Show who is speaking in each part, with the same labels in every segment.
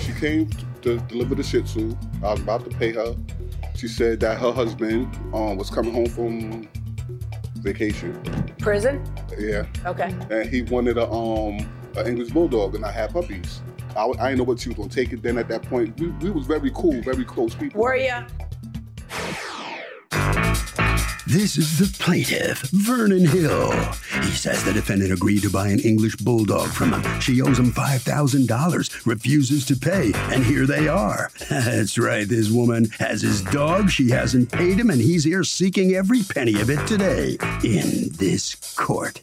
Speaker 1: She came to deliver the Shih Tzu. I was about to pay her. She said that her husband um, was coming home from vacation.
Speaker 2: Prison?
Speaker 1: Yeah,
Speaker 2: Okay.
Speaker 1: and he wanted a um an English bulldog, and I had puppies. I, I didn't know what she was gonna take it. Then at that point, we, we was very cool, very close people.
Speaker 2: Were ya?
Speaker 3: This is the plaintiff, Vernon Hill. He says the defendant agreed to buy an English bulldog from him. She owes him $5,000, refuses to pay, and here they are. That's right, this woman has his dog, she hasn't paid him, and he's here seeking every penny of it today in this court.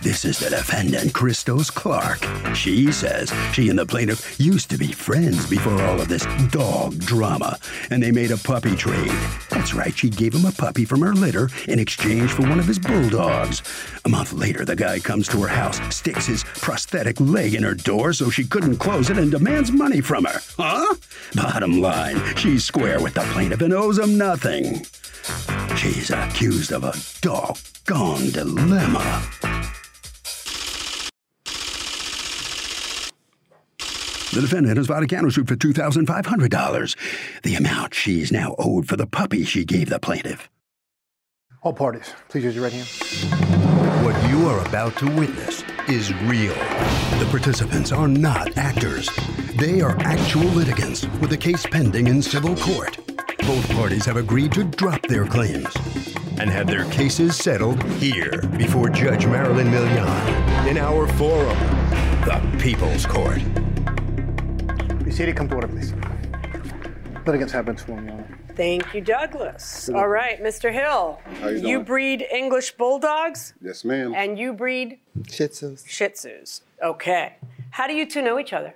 Speaker 3: This is the defendant, Christos Clark. She says she and the plaintiff used to be friends before all of this dog drama, and they made a puppy trade. That's right, she gave him a puppy from her litter in exchange for one of his bulldogs. A month later, the guy comes to her house, sticks his prosthetic leg in her door so she couldn't close it, and demands money from her. Huh? Bottom line, she's square with the plaintiff and owes him nothing. She's accused of a doggone dilemma. The defendant has filed a counter suit for $2,500, the amount she's now owed for the puppy she gave the plaintiff.
Speaker 4: All parties, please use your right hand.
Speaker 3: What you are about to witness is real. The participants are not actors. They are actual litigants with a case pending in civil court. Both parties have agreed to drop their claims and have their cases settled here before Judge Marilyn Millian in our forum, the People's Court.
Speaker 4: Be seated, come to order, please. Litigants have been sworn, Your Honor.
Speaker 2: Thank you, Douglas. All right, Mr. Hill.
Speaker 1: How you doing?
Speaker 2: breed English bulldogs
Speaker 1: Yes, ma'am.
Speaker 2: and you breed
Speaker 5: Shih Tzus.
Speaker 2: Shih Tzus. Okay. How do you two know each other?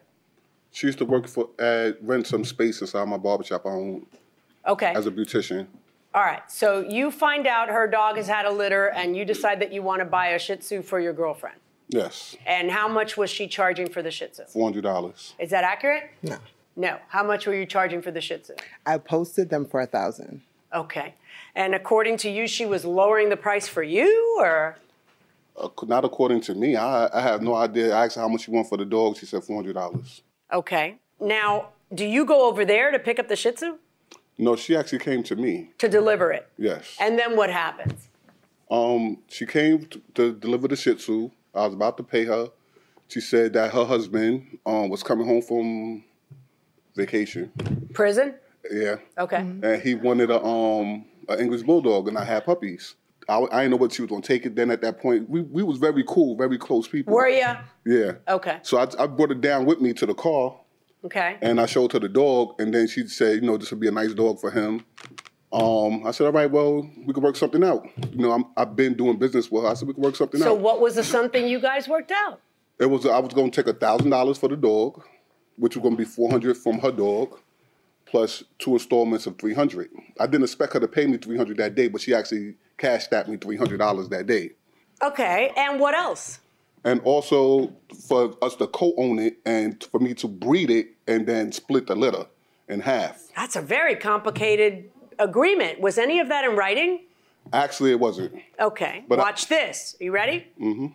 Speaker 1: she used to work for uh, rent some space inside my barbershop I own
Speaker 2: Okay.
Speaker 1: as a beautician.
Speaker 2: All right. So you find out her dog has had a litter and you decide that you want to buy a Shih Tzu for your girlfriend.
Speaker 1: Yes,
Speaker 2: And how much was she charging for the Shih Tzu?
Speaker 1: four hundred dollars.
Speaker 2: Is that accurate?
Speaker 5: No.
Speaker 2: No. How much were you charging for the Shih Tzu?
Speaker 5: I posted them for a thousand.
Speaker 2: Okay. And according to you, she was lowering the price for you, or
Speaker 1: not according to me. I I have no idea. I asked her how much she want for the dog. She said four hundred dollars.
Speaker 2: okay. Now, do you go over there to pick up the Shih Tzu
Speaker 1: No, she actually came to me.
Speaker 2: to deliver it?
Speaker 1: Yes.
Speaker 2: And then what happens?
Speaker 1: Um, she came to, to deliver the Shih Tzu. I was about to pay her. She said that her husband um, was coming home from vacation.
Speaker 2: Prison?
Speaker 1: Yeah,
Speaker 2: Okay.
Speaker 1: and he wanted a um an English bulldog, and I had puppies. I, I didn't know what she was gonna take it. Then at that point, we, we was very cool, very close people.
Speaker 2: Were you?
Speaker 1: Yeah.
Speaker 2: Okay.
Speaker 1: So I, I brought her down with me to the car,
Speaker 5: Mm-hmm.
Speaker 2: Okay.
Speaker 1: and I showed her the dog, and then she said, you know, this would be a nice dog for him. Um, I said, all right, well, we could work something out. You know, I'm, I've been doing business with her. I said we could work something out.
Speaker 2: So what was the something you guys worked out?
Speaker 1: It was I was gonna take a thousand dollars for the dog, which was gonna be four hundred from her dog, plus two installments of three hundred. I didn't expect her to pay me three hundred that day, but she actually cashed at me three hundred dollars that day.
Speaker 2: Okay. And what else?
Speaker 1: And also for us to co-own it and for me to breed it and then split the litter in half.
Speaker 2: That's a very complicated agreement. Was any of that in writing?
Speaker 1: Actually, it wasn't.
Speaker 2: Okay.
Speaker 1: But I-
Speaker 2: Watch this. You ready? Mm-hmm.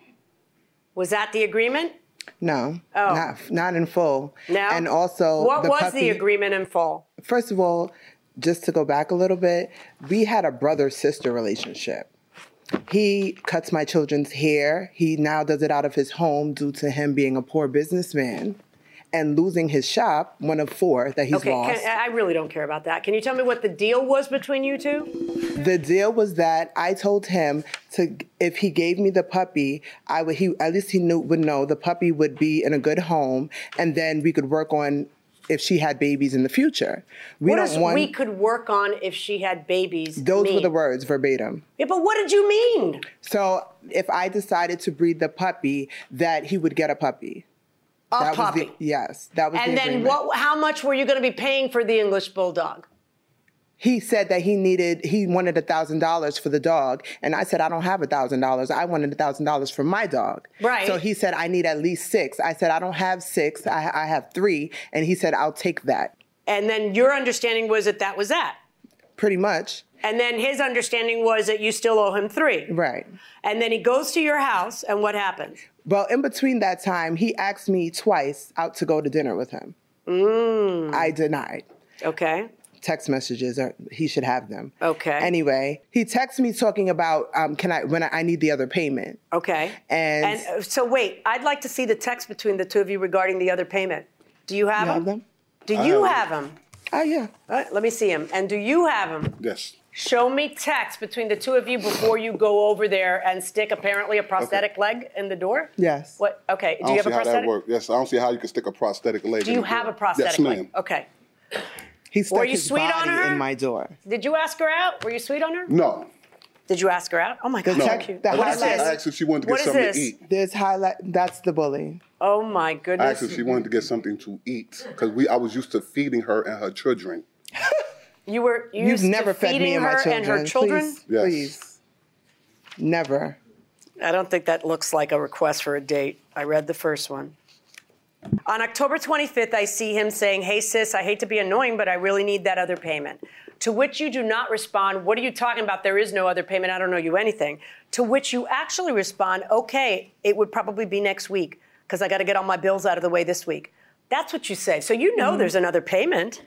Speaker 2: Was that the agreement?
Speaker 5: No, not not in full.
Speaker 2: Oh. No.
Speaker 5: And also,
Speaker 2: what was the
Speaker 5: puppy-
Speaker 2: agreement in full?
Speaker 5: First of all, just to go back a little bit, we had a brother sister relationship. He cuts my children's hair. He now does it out of his home due to him being a poor businessman and losing his shop, one of four that he's
Speaker 2: Okay,
Speaker 5: lost.
Speaker 2: can, I really don't care about that. Can you tell me what the deal was between you two?
Speaker 5: The deal was that I told him to if he gave me the puppy, I would he at least he knew would know the puppy would be in a good home, and then we could work on if she had babies in the future. We
Speaker 2: What
Speaker 5: don't
Speaker 2: does
Speaker 5: want
Speaker 2: we could work on if she had babies?
Speaker 5: those were
Speaker 2: mean?
Speaker 5: the words verbatim.
Speaker 2: Yeah, but what did you mean?
Speaker 5: So if I decided to breed the puppy, that he would get a puppy.
Speaker 2: A
Speaker 5: that
Speaker 2: puppy.
Speaker 5: Was the, yes, that was. the
Speaker 2: and then
Speaker 5: agreement.
Speaker 2: what? How much were you going to be paying for the English bulldog?
Speaker 5: He said that he needed, he wanted a thousand dollars for the dog, and I said I don't have a thousand dollars. I wanted a thousand dollars for my dog.
Speaker 2: Right.
Speaker 5: So he said I need at least six. I said I don't have six. I, I have three, and he said I'll take that.
Speaker 2: And then your understanding was that that was that.
Speaker 5: Pretty much.
Speaker 2: And then his understanding was that you still owe him three.
Speaker 5: Right.
Speaker 2: And then he goes to your house, and what happens?
Speaker 5: Well, in between that time, he asked me twice out to go to dinner with him. Mm. I denied.
Speaker 2: Okay.
Speaker 5: text messages or he should have them.
Speaker 2: Okay.
Speaker 5: Anyway, he texts me talking about um, can I when I, I need the other payment.
Speaker 2: Okay.
Speaker 5: And-
Speaker 2: uh, so wait, I'd like to see the text between the two of you regarding the other payment. Do you have them?
Speaker 5: You have them?
Speaker 2: Do you have
Speaker 1: have
Speaker 2: them?
Speaker 5: Oh yeah.
Speaker 2: All right, let me see them. And do you have them?
Speaker 1: Yes.
Speaker 2: Show me text between the two of you before you go over there and stick apparently a prosthetic leg in the door.
Speaker 5: Yes.
Speaker 2: What?
Speaker 1: I
Speaker 2: Okay. Do you
Speaker 1: don't
Speaker 2: have a
Speaker 1: see how
Speaker 2: prosthetic?
Speaker 1: that works. Yes, I don't see how you can stick a prosthetic leg.
Speaker 2: Do
Speaker 1: in
Speaker 2: you
Speaker 1: the
Speaker 2: have a
Speaker 1: door. Yes,
Speaker 2: prosthetic leg?
Speaker 1: ma'am.
Speaker 2: Okay.
Speaker 5: He stuck
Speaker 2: you
Speaker 5: his
Speaker 2: sweet on
Speaker 5: body
Speaker 2: her?
Speaker 5: in my door.
Speaker 2: Did you ask her out? Were you sweet on her?
Speaker 1: No.
Speaker 2: Did you ask her out? Oh my God,
Speaker 5: No.
Speaker 2: how cute.
Speaker 5: The
Speaker 2: What
Speaker 1: I
Speaker 2: is
Speaker 1: asked,
Speaker 5: highlight-
Speaker 2: this?
Speaker 1: I asked if she wanted to
Speaker 2: What
Speaker 1: get
Speaker 2: is
Speaker 1: something
Speaker 2: this?
Speaker 1: to eat.
Speaker 5: There's highlight that's the bully.
Speaker 2: Oh my
Speaker 1: I
Speaker 2: goodness.
Speaker 1: asked if she wanted to get something to eat because we I was used to feeding her and her children.
Speaker 2: you were you
Speaker 5: You've never fed me and my
Speaker 2: her
Speaker 5: children.
Speaker 2: and her children.
Speaker 5: Please,
Speaker 1: Yes.
Speaker 5: please. Never.
Speaker 2: I don't think that looks like a request for a date. I read the first one. On October 25th, I see him saying, Hey, sis, I hate to be annoying, but I really need that other payment. To which you do not respond, What are you talking about? There is no other payment. I don't know you anything. To which you actually respond, Okay, it would probably be next week because I got to get all my bills out of the way this week. That's what you say. So you know
Speaker 1: Mm-hmm.
Speaker 2: there's another payment.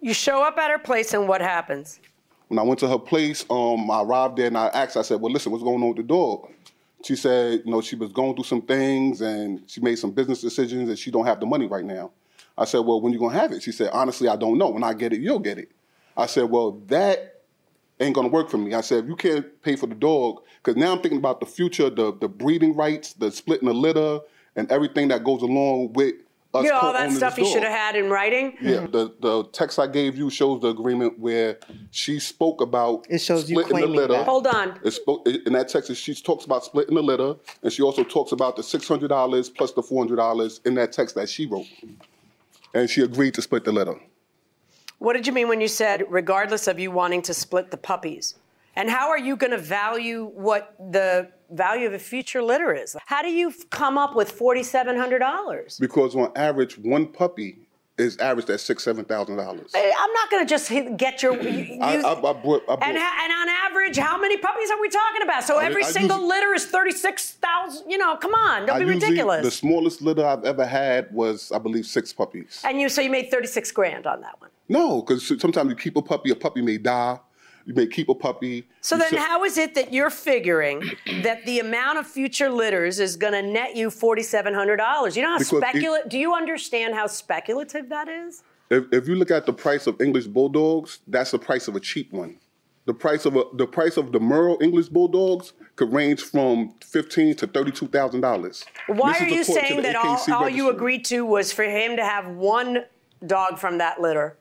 Speaker 2: You show up at her place, and what happens?
Speaker 1: When I went to her place, um, I arrived there and I asked. I said, "Well, listen, what's going on with the dog?" She said, "You know, she was going through some things and she made some business decisions and she don't have the money right now." I said, "Well, when you gonna have it?" She said, "Honestly, I don't know. When I get it, you'll get it." I said, "Well, that ain't gonna work for me." I said, "If you can't pay for the dog, because now I'm thinking about the future, the the breeding rights, the splitting the litter, and everything that goes along with us."
Speaker 2: You know, all that
Speaker 1: co-owning
Speaker 2: stuff
Speaker 1: this
Speaker 2: you should
Speaker 1: dog."
Speaker 2: have had in writing?
Speaker 1: Yeah,
Speaker 5: Mm-hmm.
Speaker 1: the, the text I gave you shows the agreement where she spoke about
Speaker 5: It shows you
Speaker 1: splitting the
Speaker 5: claiming
Speaker 1: litter.
Speaker 5: that.
Speaker 2: Hold on.
Speaker 1: It spoke in that text. She talks about splitting the litter, and she also talks about the six hundred dollars plus the four hundred dollars in that text that she wrote, and she agreed to split the litter.
Speaker 2: What did you mean when you said, regardless of you wanting to split the puppies? And how are you going to value what the value of a future litter is? How do you f- come up with $4,700?
Speaker 1: Because on average, one puppy is averaged at six seven thousand dollars.
Speaker 2: I- Eh, I'm not going to just hit- get your. Uh, You, you-
Speaker 1: I- I- I bought- I
Speaker 2: and,
Speaker 1: bought-
Speaker 2: ha- and on average, how many puppies are we talking about? So
Speaker 1: I-
Speaker 2: every
Speaker 1: I
Speaker 2: single
Speaker 1: usually-
Speaker 2: litter is 36,000. You know, come on, don't
Speaker 1: I
Speaker 2: be
Speaker 1: usually-
Speaker 2: ridiculous.
Speaker 1: The smallest litter I've ever had was, I believe, six puppies.
Speaker 2: and you, so you made 36 grand on that one.
Speaker 1: No, because sometimes you keep a puppy, a puppy may die. You may keep a puppy.
Speaker 2: So
Speaker 1: You
Speaker 2: then,
Speaker 1: sit-
Speaker 2: how is it that you're figuring that the amount of future litters is going to net you forty-seven hundred dollars? You know how
Speaker 1: Because it-
Speaker 2: speculative. Do you understand how speculative that is?
Speaker 1: If, if you look at the price of English bulldogs, that's the price of a cheap one. The price of a, the price of the Merle English bulldogs could range from fifteen to thirty-two thousand dollars.
Speaker 2: Why are you saying that all, all you agreed to was for him to have one dog from that litter?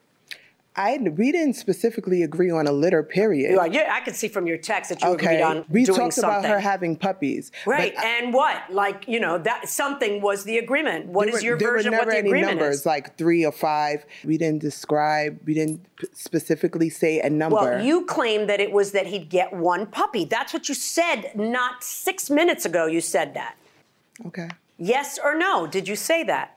Speaker 5: I we didn't specifically agree on a litter period.
Speaker 2: You are- yeah, I could see from your text that you agreed on
Speaker 5: we
Speaker 2: doing
Speaker 5: talked
Speaker 2: something.
Speaker 5: about her having puppies. but
Speaker 2: Right, and what? Like, you know, that something was the agreement. What
Speaker 5: There
Speaker 2: is
Speaker 5: were-
Speaker 2: your
Speaker 5: there
Speaker 2: version
Speaker 5: were
Speaker 2: of
Speaker 5: never
Speaker 2: what the
Speaker 5: any
Speaker 2: agreement
Speaker 5: numbers,
Speaker 2: is?
Speaker 5: like three or five. We didn't describe. We didn't p- specifically say a number.
Speaker 2: Well, you claimed that it was that he'd get one puppy. That's what you said not six minutes ago. You said that.
Speaker 5: okay
Speaker 2: Yes or no? Did you say that?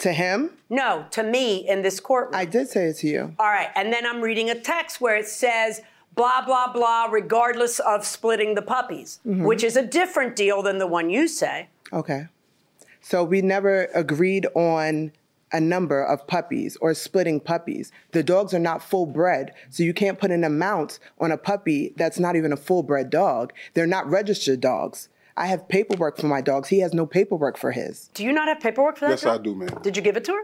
Speaker 5: to him?
Speaker 2: No, to me in this courtroom.
Speaker 5: I did say it to you.
Speaker 2: All right. And then I'm reading a text where it says, blah, blah, blah, regardless of splitting the puppies,
Speaker 1: Mm-hmm.
Speaker 2: which is a different deal than the one you say.
Speaker 5: Okay, so we never agreed on a number of puppies or splitting puppies. The dogs are not full bred, so you can't put an amount on a puppy that's not even a full bred dog. They're not registered dogs. I have paperwork for my dogs. He has no paperwork for his.
Speaker 2: Do you not have paperwork for that?
Speaker 1: Yes, I
Speaker 2: girl?
Speaker 1: do, ma'am.
Speaker 2: Did you give it to her?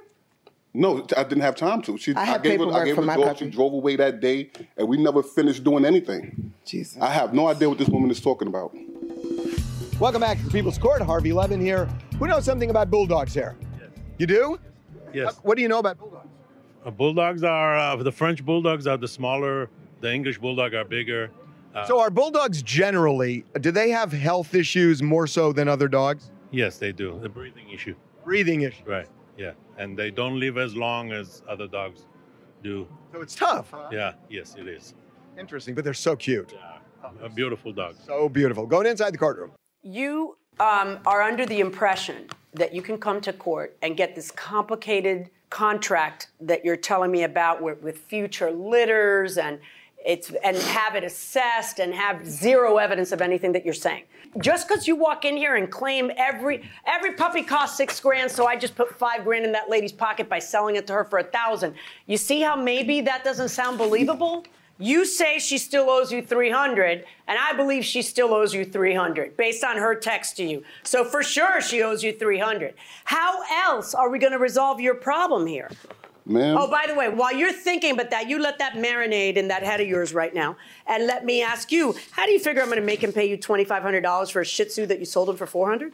Speaker 1: No, I didn't have time to. She,
Speaker 5: I
Speaker 1: I,
Speaker 5: had
Speaker 1: gave her,
Speaker 5: paperwork
Speaker 1: I gave
Speaker 5: for
Speaker 1: her
Speaker 5: my
Speaker 1: the dog.
Speaker 5: puppy.
Speaker 1: She drove away that day, and we never finished doing anything.
Speaker 5: Jesus.
Speaker 1: I have no idea what this woman is talking about.
Speaker 6: Welcome back to the People's Court. Harvey Levin here. Who knows something about bulldogs here? You do? Yes.
Speaker 4: What do you know about bulldogs?
Speaker 6: Uh, bulldogs are uh, the French bulldogs are the smaller. The English bulldog are bigger. Uh,
Speaker 7: So, are bulldogs generally, do they have health issues more so than other dogs?
Speaker 6: yes, they do. The breathing issue.
Speaker 7: Breathing issues.
Speaker 6: Right. Yeah. And they don't live as long as other dogs do.
Speaker 7: So, it's tough. huh?
Speaker 6: Yeah. Yes, it is.
Speaker 7: Interesting, but they're so cute.
Speaker 6: A beautiful dog.
Speaker 7: So beautiful. Going inside the courtroom.
Speaker 2: You um, are under the impression that you can come to court and get this complicated contract that you're telling me about with, with future litters and it's and have it assessed and have zero evidence of anything that you're saying. Just because you walk in here and claim every every puppy costs six grand, so I just put five grand in that lady's pocket by selling it to her for a thousand. You see how maybe that doesn't sound believable? You say she still owes you 300, and I believe she still owes you 300 based on her text to you. So for sure she owes you 300. How else are we going to resolve your problem here?
Speaker 1: Ma'am,
Speaker 2: Oh, by the way, while you're thinking about that, you let that marinade in that head of yours right now, and let me ask you: How do you figure I'm going to make him pay you $2,500 for a Shih Tzu that you sold him for 400?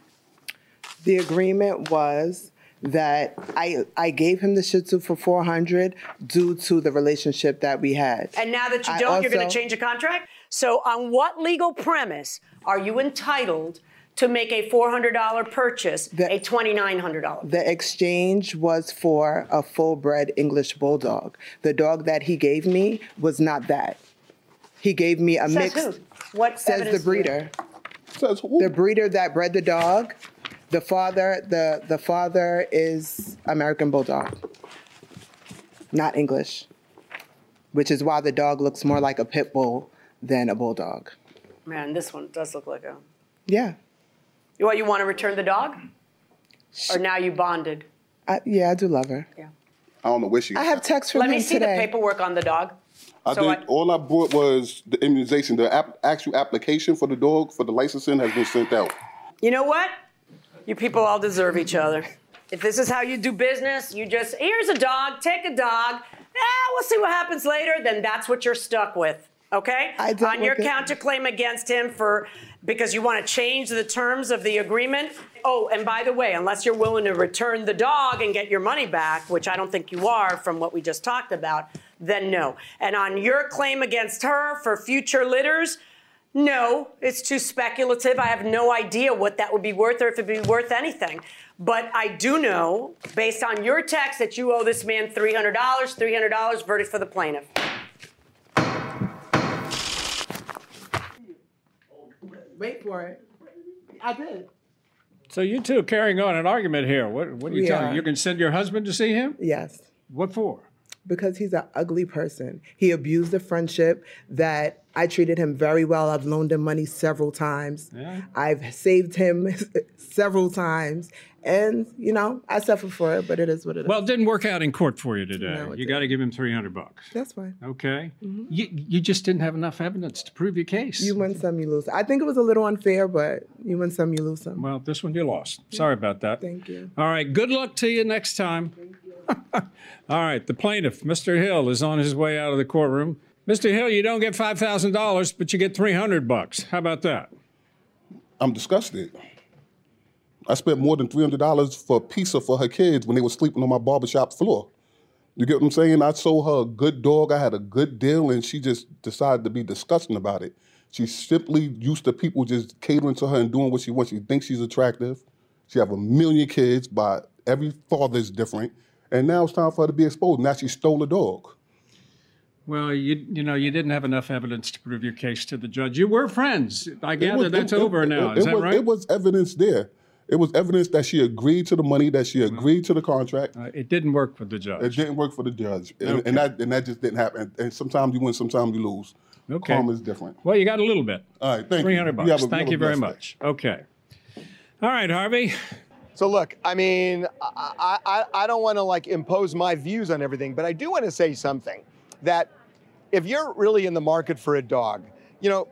Speaker 5: The agreement was that I I gave him the Shih Tzu for four hundred due to the relationship that we had.
Speaker 2: And now that you
Speaker 5: I
Speaker 2: don't, you're going to
Speaker 5: also-
Speaker 2: change the contract? So, on what legal premise are you entitled to make a $400 purchase
Speaker 5: The-
Speaker 2: a $2,900?
Speaker 5: The exchange was for a full bred English bulldog. The dog that he gave me was not that. He gave me a
Speaker 2: Says
Speaker 5: mixed.
Speaker 2: who? What
Speaker 5: Says
Speaker 2: evidence do
Speaker 5: the
Speaker 2: you have?
Speaker 5: breeder.
Speaker 1: says who?
Speaker 5: The breeder that bred the dog, the father, the the father is American bulldog, not English, which is why the dog looks more like a pit bull than a bulldog.
Speaker 2: Man, this one does look like a.
Speaker 5: Yeah,
Speaker 2: You what? You want to return the dog? Or now you bonded?
Speaker 5: I, yeah, I do love her.
Speaker 1: I don't know where she.
Speaker 5: I have texts from
Speaker 2: Let
Speaker 5: him
Speaker 2: me see
Speaker 5: today.
Speaker 2: the paperwork on the dog.
Speaker 1: I
Speaker 2: so
Speaker 1: think
Speaker 2: I-
Speaker 1: all I brought was the immunization. The app, actual application for the dog for the licensing has been sent out.
Speaker 2: You know what? You people all deserve each other. If this is how you do business, you just, here's a dog, take a dog, eh, we'll see what happens later, then that's what you're stuck with. Okay?
Speaker 5: I dealt
Speaker 2: On your
Speaker 5: with it.
Speaker 2: counterclaim against him for because you want to change the terms of the agreement. Oh, and by the way, unless you're willing to return the dog and get your money back, which I don't think you are from what we just talked about, then no. And on your claim against her for future litters, no, it's too speculative. I have no idea what that would be worth or if it'd be worth anything. But I do know, based on your text, that you owe this man $300, $300 verdict for the plaintiff.
Speaker 5: Wait for it. I did.
Speaker 8: So you two are carrying on an argument here. What what are you
Speaker 5: We
Speaker 8: telling?
Speaker 5: are.
Speaker 8: You can send your husband to see him?
Speaker 5: Yes.
Speaker 8: What for?
Speaker 5: because he's an ugly person. He abused a friendship that I treated him very well. I've loaned him money several times. I've saved him several times. And, you know, I suffer for it, but it is what it is.
Speaker 8: Well, it didn't work out in court for you today.
Speaker 5: No, it
Speaker 8: you got to give him 300 bucks.
Speaker 5: That's fine.
Speaker 8: Okay? You, you just didn't have enough evidence to prove your case.
Speaker 5: You win some, you lose. I think it was a little unfair, but you win some, you lose some.
Speaker 8: well, this one you lost. Sorry about that.
Speaker 5: Thank you.
Speaker 8: All right. Good luck to you next time. All right. The plaintiff, Mr. Hill, is on his way out of the courtroom. Mr. Hill, you don't get $5,000, but you get 300 bucks. How about that?
Speaker 1: I'm disgusted. I spent more than three hundred dollars for a pizza for her kids when they were sleeping on my barbershop floor. You get what I'm saying? I sold her a good dog. I had a good deal, and she just decided to be disgusting about it. She's simply used to people just catering to her and doing what she wants. She thinks she's attractive. She have a million kids, but every father is different. And now it's time for her to be exposed. Now she stole a dog.
Speaker 8: Well, you you know you didn't have enough evidence to prove your case to the judge. You were friends. I
Speaker 1: It
Speaker 8: gather
Speaker 1: was-
Speaker 8: that's
Speaker 1: it- it-
Speaker 8: over now.
Speaker 1: It,
Speaker 8: Is
Speaker 1: it
Speaker 8: that
Speaker 1: was,
Speaker 8: right?
Speaker 1: It was evidence there. It was evidence that she agreed to the money, that she agreed to the contract.
Speaker 8: Uh, it didn't work with the
Speaker 1: It
Speaker 8: judge.
Speaker 1: didn't work for the judge, and, and that and that just didn't happen. And, and sometimes you win, sometimes you lose.
Speaker 8: Okay.
Speaker 1: Karma is different.
Speaker 8: Well, you got a little bit.
Speaker 1: All right, thank you.
Speaker 8: Three hundred
Speaker 1: You have
Speaker 8: bucks.
Speaker 1: a- you
Speaker 8: Thank
Speaker 1: have
Speaker 8: you
Speaker 1: a
Speaker 8: very
Speaker 1: blessed day.
Speaker 8: much. Okay. All right, Harvey.
Speaker 7: So look, I mean, I I, I I don't want to like impose my views on everything, but I do want to say something that if you're really in the market for a dog, you know,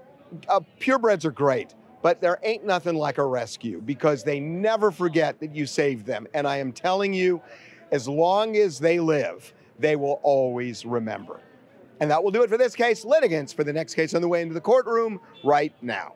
Speaker 7: uh, purebreds are great, but there ain't nothing like a rescue because they never forget that you saved them. And I am telling you, as long as they live, they will always remember. And that will do it for this case. Litigants for the next case on the way into the courtroom right now.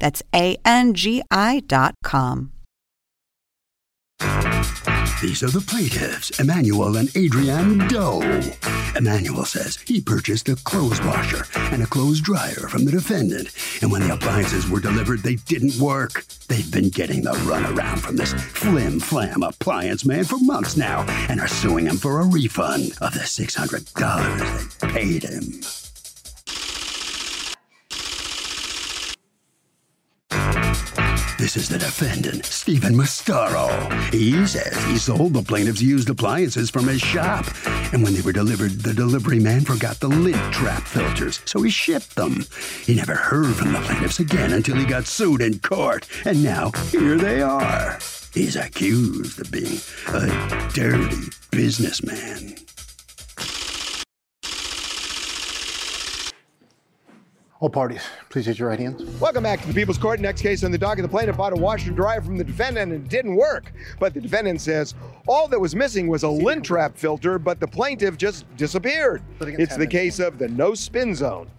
Speaker 9: That's A N G I dot com.
Speaker 3: These are the plaintiffs, Emmanuel and Adrienne Doe. Emmanuel says he purchased a clothes washer and a clothes dryer from the defendant, and when the appliances were delivered, they didn't work. They've been getting the runaround from this flim flam appliance man for months now and are suing him for a refund of the $600 they paid him. This is the defendant, Stephen Mastaro. He says he sold the plaintiff's used appliances from his shop, and when they were delivered, the delivery man forgot the lid trap filters, so he shipped them. He never heard from the plaintiffs again until he got sued in court, and now here they are. He's accused of being a dirty businessman.
Speaker 4: All parties, please raise your right hands.
Speaker 7: Welcome back to the People's Court. Next case on the docket, the plaintiff bought a washer and dryer from the defendant and it didn't work. But the defendant says all that was missing was a lint trap filter, but the plaintiff just disappeared.
Speaker 4: Litigants
Speaker 7: It's the
Speaker 4: have it.
Speaker 7: case of the no spin zone.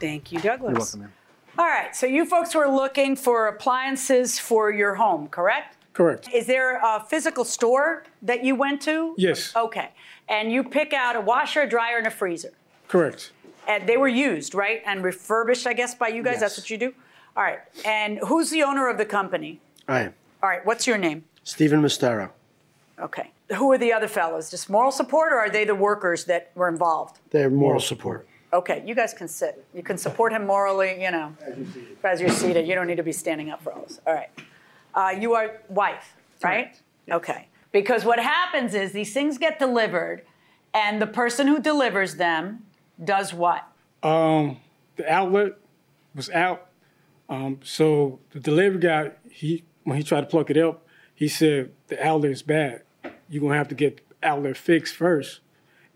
Speaker 2: Thank you, Douglas.
Speaker 4: You're welcome, ma'am.
Speaker 2: All right, so you folks were looking for appliances for your home, correct?
Speaker 8: Correct.
Speaker 2: Is there a physical store that you went to?
Speaker 8: Yes.
Speaker 2: Okay. And you pick out a washer, a dryer, and a freezer.
Speaker 8: Correct.
Speaker 2: And they were used, right? And refurbished, I guess, by you guys? That's
Speaker 4: Yes.
Speaker 2: what you do? All right. And who's the owner of the company?
Speaker 4: I am.
Speaker 2: All right, what's your name?
Speaker 4: Stephen Mastaro.
Speaker 2: Okay. Who are the other fellows? Just moral support, or are they the workers that were involved?
Speaker 4: Their moral support.
Speaker 2: Okay, you guys can sit. You can support him morally, you know, as you're seated. You don't need to be standing up for all this. All right. Uh, you are wife, right? Okay. Because what happens is these things get delivered, and the person who delivers them does what?
Speaker 10: Um, the outlet was out. Um, so the delivery guy, he when he tried to plug it up, he said the outlet is bad. You're gonna have to get the outlet fixed first,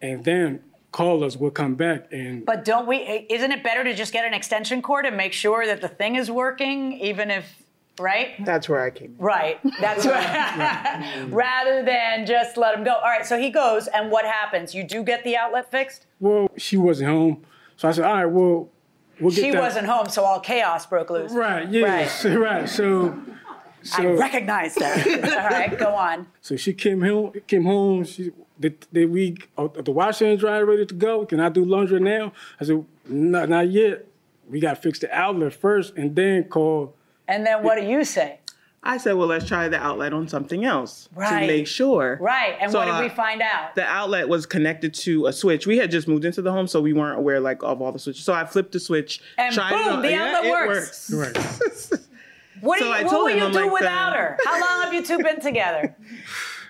Speaker 10: and then call us. We'll come back and
Speaker 2: But don't we? Isn't it better to just get an extension cord and make sure that the thing is working, even if, right?
Speaker 5: That's where I came in.
Speaker 2: Right. That's what. rather than just let him go. All right. So he goes, and what happens? You do get the outlet fixed.
Speaker 10: well, she wasn't home. So I said, all right, well, we'll get
Speaker 2: She
Speaker 10: that.
Speaker 2: wasn't home, so all chaos broke loose.
Speaker 10: Right. Yes. Right. So.
Speaker 2: I
Speaker 10: So,
Speaker 2: recognize that. all right. Go on.
Speaker 10: so she came home. Came home. She did, did we are the washer and dryer ready to go? Can I do laundry now? I said, no, not yet. We got to fix the outlet first, and then call.
Speaker 2: And then what do you say?
Speaker 5: I said, well, let's try the outlet on something else to
Speaker 2: Right.
Speaker 5: make sure.
Speaker 2: Right. And
Speaker 5: So
Speaker 2: what did
Speaker 5: I-
Speaker 2: we find out?
Speaker 5: The outlet was connected to a switch. We had just moved into the home, so we weren't aware like of all the switches. So I flipped the switch.
Speaker 2: And
Speaker 5: tried
Speaker 2: boom,
Speaker 5: it on-
Speaker 2: the
Speaker 5: Yeah,
Speaker 2: outlet
Speaker 5: it
Speaker 2: works.
Speaker 10: Right.
Speaker 2: What, do
Speaker 5: so
Speaker 2: you,
Speaker 5: I
Speaker 2: what
Speaker 5: told
Speaker 2: will
Speaker 5: him,
Speaker 2: you
Speaker 5: I'm
Speaker 2: do
Speaker 5: like, uh,
Speaker 2: without
Speaker 5: the-
Speaker 2: her? How long have you two been together?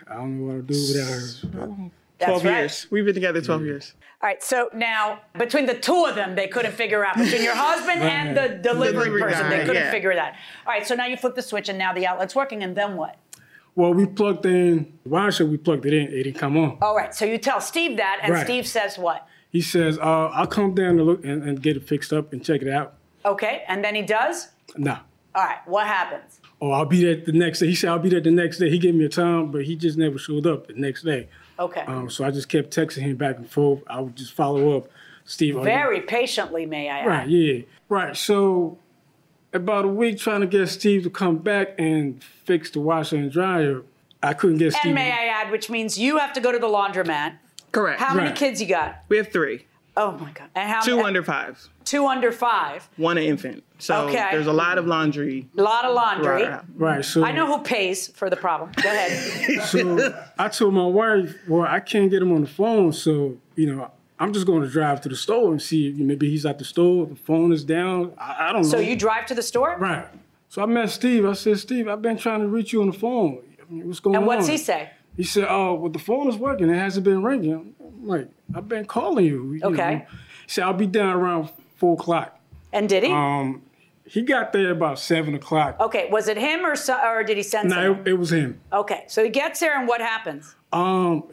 Speaker 10: I don't know what to do without her.
Speaker 2: That's
Speaker 5: Twelve years. We've been together twelve years.
Speaker 2: All right, so now between the two of them, they couldn't figure out between your husband and the delivery
Speaker 5: Delivery
Speaker 2: person, they
Speaker 5: guy,
Speaker 2: couldn't
Speaker 5: yeah.
Speaker 2: figure it out. All right, so now you flip the switch and now the outlet's working, and then what?
Speaker 10: Well, we plugged in the washer. We plugged it in. It didn't come on.
Speaker 2: All right, so you tell Steve that, and
Speaker 10: Right.
Speaker 2: Steve says what?
Speaker 10: He says, uh, "I'll come down to look and, and get it fixed up and check it out."
Speaker 2: Okay, and then he does.
Speaker 10: Nah.
Speaker 2: All right, what happens?
Speaker 10: Oh, I'll be there the next day. He said I'll be there the next day. He gave me a time, but he just never showed up the next day.
Speaker 2: Okay,
Speaker 10: Um, so I just kept texting him back and forth. I would just follow up, Steve. are you-
Speaker 2: very patiently, may I add.
Speaker 10: Right, yeah, right. So about a week trying to get Steve to come back and fix the washer and dryer. I couldn't get Steve.
Speaker 2: And may I add, which means you have to go to the laundromat.
Speaker 5: Correct.
Speaker 2: How many
Speaker 10: Right.
Speaker 2: kids you got?
Speaker 5: we have three.
Speaker 2: Oh my God! And how
Speaker 5: Two under five.
Speaker 2: two under five?
Speaker 5: One an infant. So
Speaker 2: Okay.
Speaker 5: there's a lot of laundry.
Speaker 2: A lot of laundry.
Speaker 5: Right.
Speaker 10: right, so
Speaker 2: I know who pays for the problem. Go ahead.
Speaker 10: so I told my wife, well, I can't get him on the phone, so you know, I'm just going to drive to the store and see. Maybe he's at the store. The phone is down. I, I don't
Speaker 2: so
Speaker 10: know.
Speaker 2: you drive to the store.
Speaker 10: right. So I met Steve. I said, Steve, I've been trying to reach you on the phone. I mean, what's going
Speaker 2: And
Speaker 10: on?
Speaker 2: what's he say?
Speaker 10: He said, "Oh, well, the phone is working. It hasn't been ringing." I'm like, "I've been calling you." you
Speaker 2: Okay.
Speaker 10: know. He said, "I'll be down around four o'clock."
Speaker 2: And did he? Oh,
Speaker 10: Um, he got there about seven o'clock.
Speaker 2: okay, was it him or so, or did he send
Speaker 10: No,
Speaker 2: someone?
Speaker 10: it, it was him.
Speaker 2: Okay, so he gets there and what happens?
Speaker 10: Um,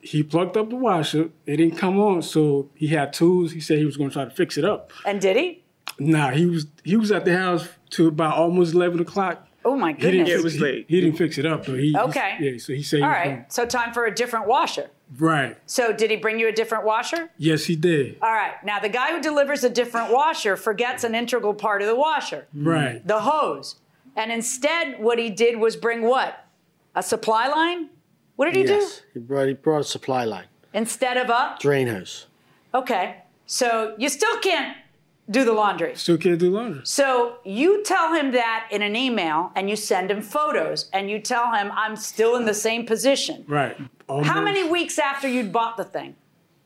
Speaker 10: he plugged up the washer. It didn't come on, so he had tools. He said he was going to try to fix it up.
Speaker 2: And did he?
Speaker 10: Nah, he was he was at the house to about almost eleven o'clock.
Speaker 2: Oh my
Speaker 10: He didn't
Speaker 2: goodness.
Speaker 10: fix- He, he didn't fix it up though. He, he-
Speaker 2: Okay.
Speaker 10: yeah, so he said. he
Speaker 2: All
Speaker 10: was gonna-
Speaker 2: right. So time for a different washer.
Speaker 10: Right.
Speaker 2: So did he bring you a different washer?
Speaker 10: Yes, he did.
Speaker 2: All right. Now the guy who delivers a different washer forgets an integral part of the washer.
Speaker 10: Right.
Speaker 2: The hose. And instead what he did was bring what? A supply line? What did he
Speaker 11: yes. He brought, he brought a supply line,
Speaker 2: do? Instead of a
Speaker 11: drain hose.
Speaker 2: Okay. So you still can't do the laundry.
Speaker 10: Still can't do laundry.
Speaker 2: So you tell him that in an email and you send him photos and you tell him I'm still in the same position.
Speaker 10: Right.
Speaker 2: How many weeks after you'd bought the thing?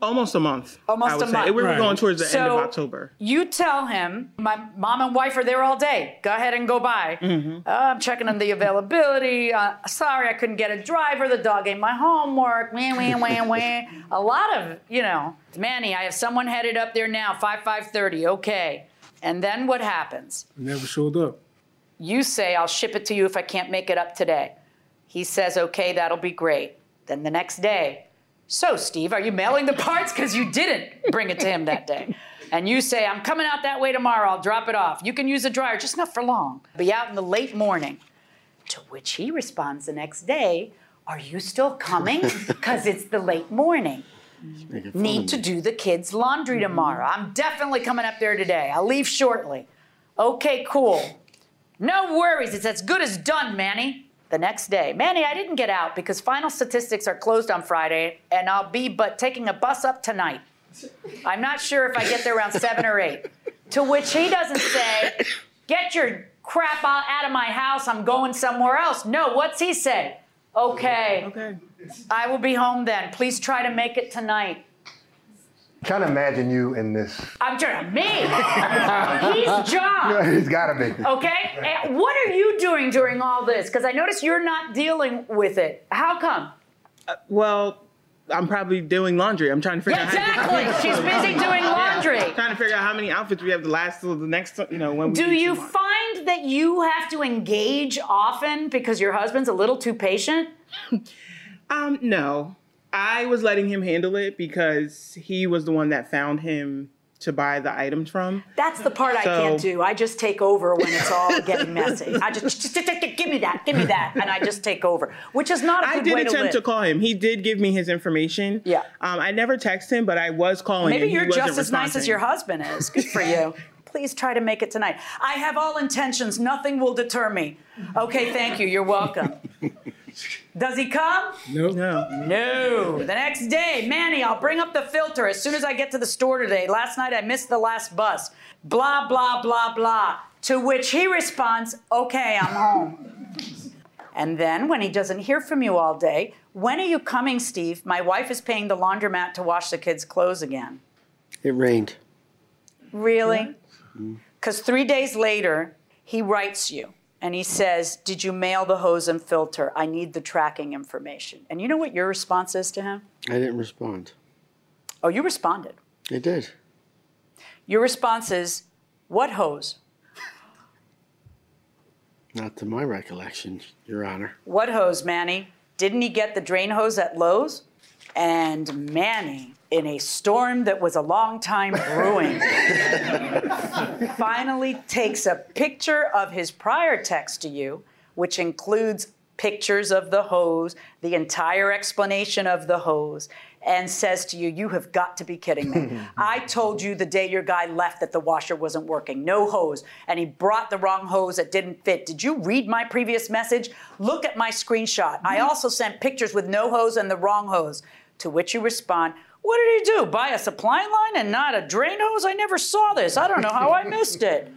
Speaker 12: Almost a month.
Speaker 2: Almost
Speaker 12: I would
Speaker 2: a
Speaker 12: say.
Speaker 2: month.
Speaker 12: We were
Speaker 2: Right.
Speaker 12: going towards the end
Speaker 2: So-
Speaker 12: of October.
Speaker 2: You tell him, my mom and wife are there all day. Go ahead and go by.
Speaker 12: Mhm.
Speaker 2: Uh, I'm checking on the availability. Uh, sorry, I couldn't get a driver. The dog ate my homework. Wah, wah, wah, wah. a lot of, you know, Manny, I have someone headed up there now, 5, 5.30. Okay. And then what happens?
Speaker 10: Never showed up.
Speaker 2: You say, I'll ship it to you if I can't make it up today. He says, okay, that'll be great. Then the next day, so Steve, are you mailing the parts? Because you didn't bring it to him that day. And you say, I'm coming out that way tomorrow, I'll drop it off. You can use the dryer, just not for long. Be out in the late morning. To which he responds the next day, Are you still coming? Because it's the late morning. Need to do the kids' laundry tomorrow. I'm definitely coming up there today. I'll leave shortly. Okay, cool. No worries, it's as good as done, Manny. The next day, Manny, I didn't get out because final statistics are closed on Friday, and I'll be but taking a bus up tonight. I'm not sure if I get there around seven or eight. To which he doesn't say, Get your crap out, out of my house, I'm going somewhere else. No, what's he say? Okay. Okay. I will be home then. Please try to make it tonight.
Speaker 4: Trying to imagine you in this.
Speaker 2: I'm turning me. He's John.
Speaker 4: Yeah, he's gotta be.
Speaker 2: Okay. And what are you doing during all this? Because I notice you're not dealing with it. How come?
Speaker 12: Uh, Well, I'm probably doing laundry. I'm trying to figure out how
Speaker 2: Exactly. She's busy doing
Speaker 12: Yeah.
Speaker 2: laundry.
Speaker 12: Trying to figure out how many outfits we have to last till the next, you know, when we
Speaker 2: Do
Speaker 12: do
Speaker 2: you
Speaker 12: some-
Speaker 2: find that you have to engage often because your husband's a little too patient?
Speaker 12: Um, no. I was letting him handle it because he was the one that found him to buy the items from.
Speaker 2: That's the part I
Speaker 12: So-
Speaker 2: can't do. I just take over when it's all getting messy. I just, just, just- just give me that, give me that, and I just take over, which is not a
Speaker 12: I
Speaker 2: good
Speaker 12: did
Speaker 2: way to
Speaker 12: attempt
Speaker 2: live.
Speaker 12: to, call him. He did give me his information. Yeah. Um, I never text him, but I was calling.
Speaker 2: Maybe
Speaker 12: and he
Speaker 2: you're
Speaker 12: wasn't
Speaker 2: just as nice as
Speaker 12: responding.
Speaker 2: your husband is. Good for you. Please try to make it tonight. I have all intentions. Nothing will deter me. Okay, thank you. You're welcome. Does he come?
Speaker 10: No.
Speaker 12: No.
Speaker 2: No. The next day, Manny, I'll bring up the filter as soon as I get to the store today. Last night I missed the last bus. Blah, blah, blah, blah. To which he responds, okay, I'm home. and then when he doesn't hear from you all day, when are you coming, Steve? My wife is paying the laundromat to wash the kids' clothes again.
Speaker 11: It rained.
Speaker 2: Really? Because three days later, he writes you and he says, Did you mail the hose and filter? I need the tracking information. And you know what your response is to him?
Speaker 11: I didn't respond.
Speaker 2: Oh, you responded.
Speaker 11: It did.
Speaker 2: Your response is, What hose?
Speaker 11: Not to my recollection, Your Honor.
Speaker 2: What hose, Manny? Didn't he get the drain hose at Lowe's? And Manny, in a storm that was a long time brewing, finally takes a picture of his prior text to you, which includes pictures of the hose, the entire explanation of the hose, and says to you, You have got to be kidding me. I told you the day your guy left that the washer wasn't working. No hose. And he brought the wrong hose that didn't fit. Did you read my previous message? Look at my screenshot. I also sent pictures with no hose and the wrong hose. To which you respond, What did he do? Buy a supply line and not a drain hose? I never saw this. I don't know how I missed it.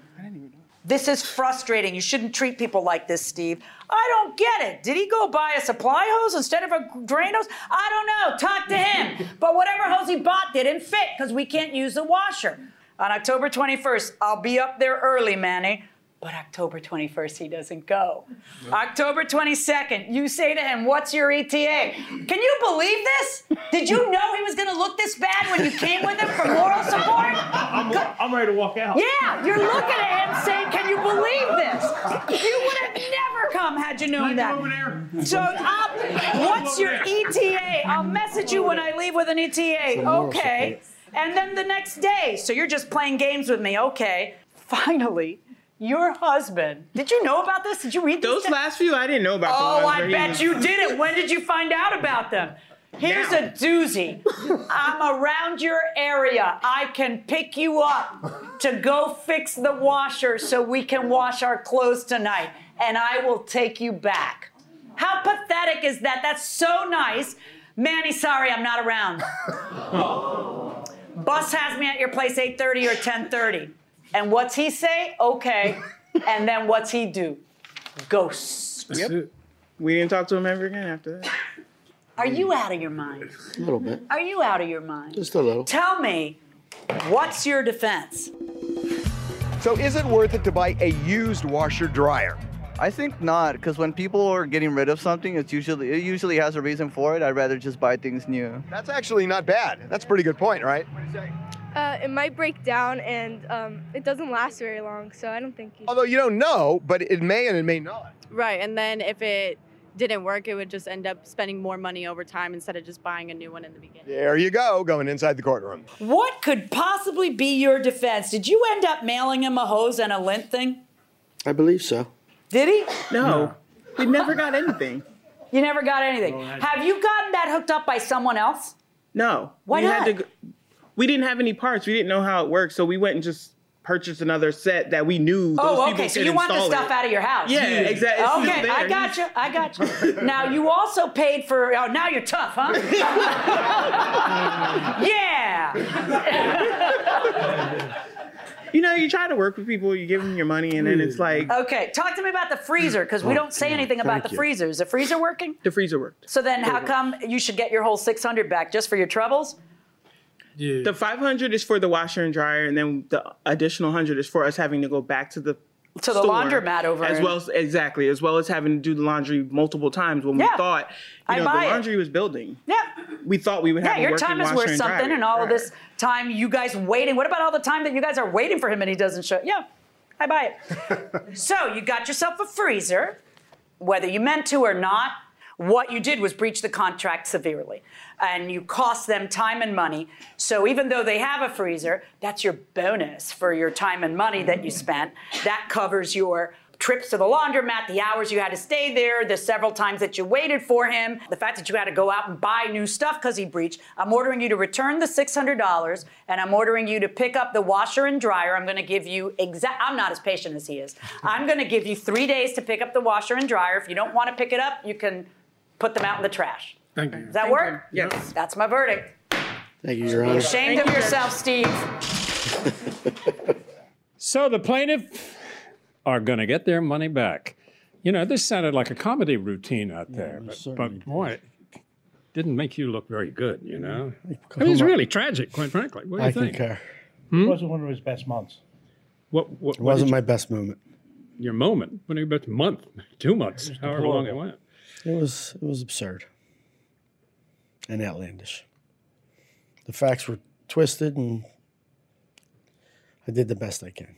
Speaker 2: This is frustrating. You shouldn't treat people like this, Steve. I don't get it. Did he go buy a supply hose instead of a drain hose? I don't know. Talk to him. but whatever hose he bought didn't fit because we can't use the washer. On October 21st, I'll be up there early, Manny. But October 21st, he doesn't go. October 22nd, you say to him, What's your ETA? Can you believe this? Did you know he was going to look this bad when you came with him for moral support?
Speaker 6: I'm, I'm ready to walk out.
Speaker 2: Yeah, you're looking at him saying, Can you believe this? You would have never come had you
Speaker 9: Mike,
Speaker 2: known that.
Speaker 9: over there.
Speaker 2: So up, what's your ETA? I'll message you when I leave with an
Speaker 9: For
Speaker 2: ETA.
Speaker 9: moral
Speaker 2: Okay.
Speaker 9: support.
Speaker 2: And then the next day, so you're just playing games with me. Okay. Finally, your husband. Did you know about this? Did you read those
Speaker 12: last few? I didn't know about.
Speaker 2: Oh,
Speaker 12: till
Speaker 2: I
Speaker 12: was
Speaker 2: bet
Speaker 12: very-
Speaker 2: you didn't. When did you find out about them? Here's a doozy. I'm around your area. I can pick you up to go fix the washer so we can wash our clothes tonight, and I will take you back. How pathetic is that? That's so nice. Manny, sorry, I'm not around. Bus has me at your place 8:30 or 10:30. And what's he say? Okay. And then what's he do? Ghosts.
Speaker 12: We didn't talk to him ever again after that.
Speaker 2: Are you out of your mind?
Speaker 11: A little bit.
Speaker 2: Are you out of your mind?
Speaker 11: Just a little.
Speaker 2: Tell me, what's your defense?
Speaker 7: So, is it worth it to buy a used washer dryer?
Speaker 13: I think not, because when people are getting rid of something, it's usually it usually has a reason for it. I'd rather just buy things new.
Speaker 7: That's actually not bad. That's a pretty good point, right?
Speaker 14: Uh, it might break down and um, it doesn't last very long, so I don't think you.
Speaker 7: Although you don't know, but it may and it may not.
Speaker 15: Right, and then if it didn't work, it would just end up spending more money over time instead of just buying a new one in the beginning.
Speaker 7: There you go, going inside the courtroom.
Speaker 2: What could possibly be your defense? Did you end up mailing him a hose and a lint thing?
Speaker 11: I believe so.
Speaker 2: Did he?
Speaker 12: No. We never got anything.
Speaker 2: You never got anything. Have you gotten that hooked up by someone else?
Speaker 12: No.
Speaker 2: Why
Speaker 12: we
Speaker 2: not?
Speaker 12: Had to, g- we didn't have any parts. We didn't know how it worked, so we went and just purchased another set that we knew. Those
Speaker 2: oh,
Speaker 12: people
Speaker 2: okay. So
Speaker 12: could
Speaker 2: you want the
Speaker 12: install
Speaker 2: stuff
Speaker 12: it.
Speaker 2: out of your house?
Speaker 12: Yeah, exactly. It's still
Speaker 2: Okay,
Speaker 12: there.
Speaker 2: I got you. I got you. now you also paid for. Oh, now you're tough, huh? yeah.
Speaker 12: You know, you try to work with people, you give them your money, and then it's like Oh,
Speaker 2: okay, talk to me about the freezer because we don't say anything about
Speaker 12: Thank
Speaker 2: the
Speaker 12: you.
Speaker 2: freezer. Is the freezer working?
Speaker 12: the freezer worked.
Speaker 2: So then, how come you should get your whole 600 back just for your troubles?
Speaker 12: Yeah. The 500 is for the washer and dryer, and then the additional 100 is for us having to go back to the
Speaker 2: To the
Speaker 12: store,
Speaker 2: laundromat over
Speaker 12: as
Speaker 2: in-
Speaker 12: well as exactly as well as having to do the laundry multiple times when
Speaker 2: Yeah.
Speaker 12: we thought you
Speaker 2: I
Speaker 12: know
Speaker 2: buy it.
Speaker 12: the laundry was building.
Speaker 2: Yep.
Speaker 12: We thought we would
Speaker 2: Yeah,
Speaker 12: have a
Speaker 2: your
Speaker 12: working
Speaker 2: time is
Speaker 12: washer
Speaker 2: worth
Speaker 12: and
Speaker 2: something,
Speaker 12: dryer.
Speaker 2: and all
Speaker 12: Right.
Speaker 2: this time you guys waiting. What about all the time that you guys are waiting for him and he doesn't show? Yeah, I buy it. so you got yourself a freezer, whether you meant to or not. What you did was breach the contract severely, and you cost them time and money. So even though they have a freezer, that's your bonus for your time and money that you spent. That covers your trips to the laundromat, the hours you had to stay there, the several times that you waited for him, the fact that you had to go out and buy new stuff because he breached. I'm ordering you to return the $600 and I'm ordering you to pick up the washer and dryer. I'm going to give you exact, I'm not as patient as he is. I'm going to give you three days to pick up the washer and dryer. If you don't want to pick it up, you can put them out in the trash.
Speaker 16: Thank
Speaker 2: Does that work? Yes. That's my verdict.
Speaker 11: Thank you, Your
Speaker 2: Be
Speaker 11: Honor.
Speaker 2: ashamed of yourself, Steve.
Speaker 8: So the plaintiff are going to get their money back. You know, this sounded like a comedy routine out there, but, but boy, it didn't make you look very good, you know? I mean, it's really tragic, quite frankly. What do you
Speaker 11: I uh,
Speaker 8: think?
Speaker 11: concur.
Speaker 8: Hmm?
Speaker 3: It wasn't one of his best months.
Speaker 8: What, what, what
Speaker 11: It wasn't
Speaker 8: did
Speaker 11: my best moment.
Speaker 8: you- your moment? When about a month, two months, however long it
Speaker 11: deplorable.
Speaker 8: went.
Speaker 11: It was it was absurd and outlandish. The facts were twisted, and I did the best I can.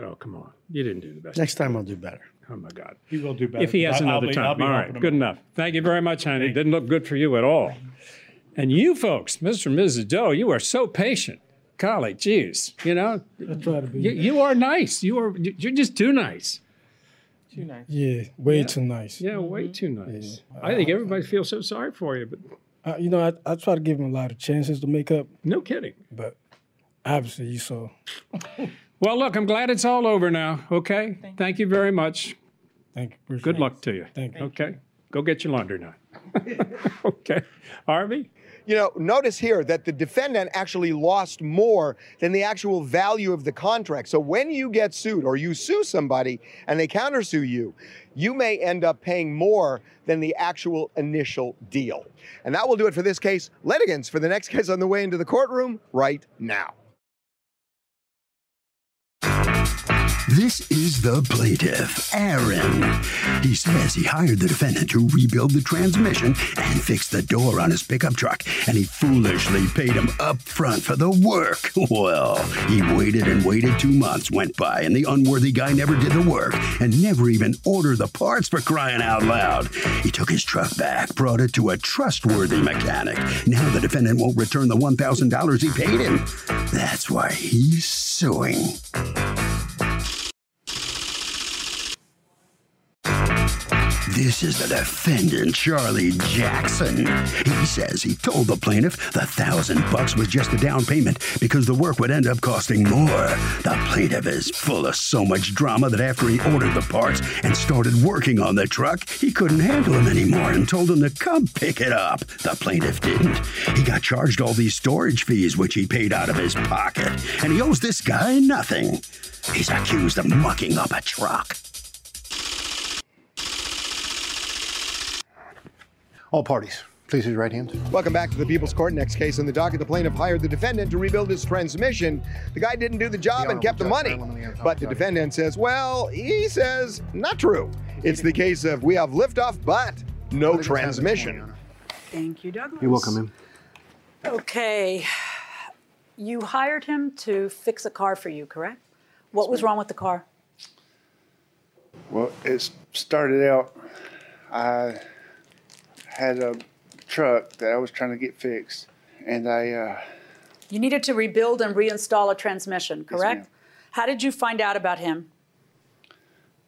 Speaker 8: Oh, come on. You didn't do the best.
Speaker 11: Next time I'll do better.
Speaker 8: Oh my God.
Speaker 3: He will do better.
Speaker 8: If he has
Speaker 3: I'll- I'll
Speaker 8: another
Speaker 3: be-
Speaker 8: time.
Speaker 3: I'll be
Speaker 8: all
Speaker 3: helping
Speaker 8: right,
Speaker 3: him.
Speaker 8: good enough. Thank you very much, honey. Didn't look good for you at all. And you folks, Mr. and Mrs. Doe, you are so patient. Golly, geez, you know, you, you are nice. You are you- you're just too nice.
Speaker 12: Too nice. Mm-hmm.
Speaker 3: Yeah, way too nice.
Speaker 8: Yeah, way too nice. I think everybody feels so sorry for you, but
Speaker 3: Uh, you know, I, I try to give him a lot of chances to make up.
Speaker 8: No kidding.
Speaker 3: But obviously, you saw.
Speaker 8: well, look, I'm glad it's all over now. Okay, thank, you very much.
Speaker 3: Thank you.
Speaker 8: Good luck to you.
Speaker 3: Thank you.
Speaker 8: Okay, go get your laundry now. okay, Harvey.
Speaker 7: You know, notice here that the defendant actually lost more than the actual value of the contract. So when you get sued or you sue somebody and they countersue you, you may end up paying more than the actual initial deal. And that will do it for this case. Litigants for the next case on the way into the courtroom right now.
Speaker 3: This is the plaintiff, Aaron. He says he hired the defendant to rebuild the transmission and fix the door on his pickup truck, and he foolishly paid him up front for the work. Well, he waited and waited. Two months went by, and the unworthy guy never did the work and never even ordered the parts for crying out loud. He took his truck back, brought it to a trustworthy mechanic. Now the defendant won't return the $1,000 he paid him. That's why he's suing. This is the defendant, Charlie Jackson. He says he told the plaintiff the thousand bucks was just a down payment because the work would end up costing more. The plaintiff is full of so much drama that after he ordered the parts and started working on the truck, he couldn't handle them anymore and told him to come pick it up. The plaintiff didn't. He got charged all these storage fees, which he paid out of his pocket, and he owes this guy nothing. He's accused of mucking up a truck.
Speaker 8: All parties, please use your right hand.
Speaker 7: Welcome back to the People's Court. Next case on the docket, the plaintiff hired the defendant to rebuild his transmission. The guy didn't do the job and kept the money. But the defendant says, well, he says, not true. It's the case of we have liftoff, but no transmission.
Speaker 2: Thank you, Douglas.
Speaker 8: You're welcome, ma'am.
Speaker 2: Okay. You hired him to fix a car for you, correct? What was wrong with the car?
Speaker 17: Well, it started out, I had a truck that I was trying to get fixed, and I, uh,
Speaker 2: You needed to rebuild and reinstall a transmission, correct?
Speaker 17: ma'am.
Speaker 2: How did you find out about him?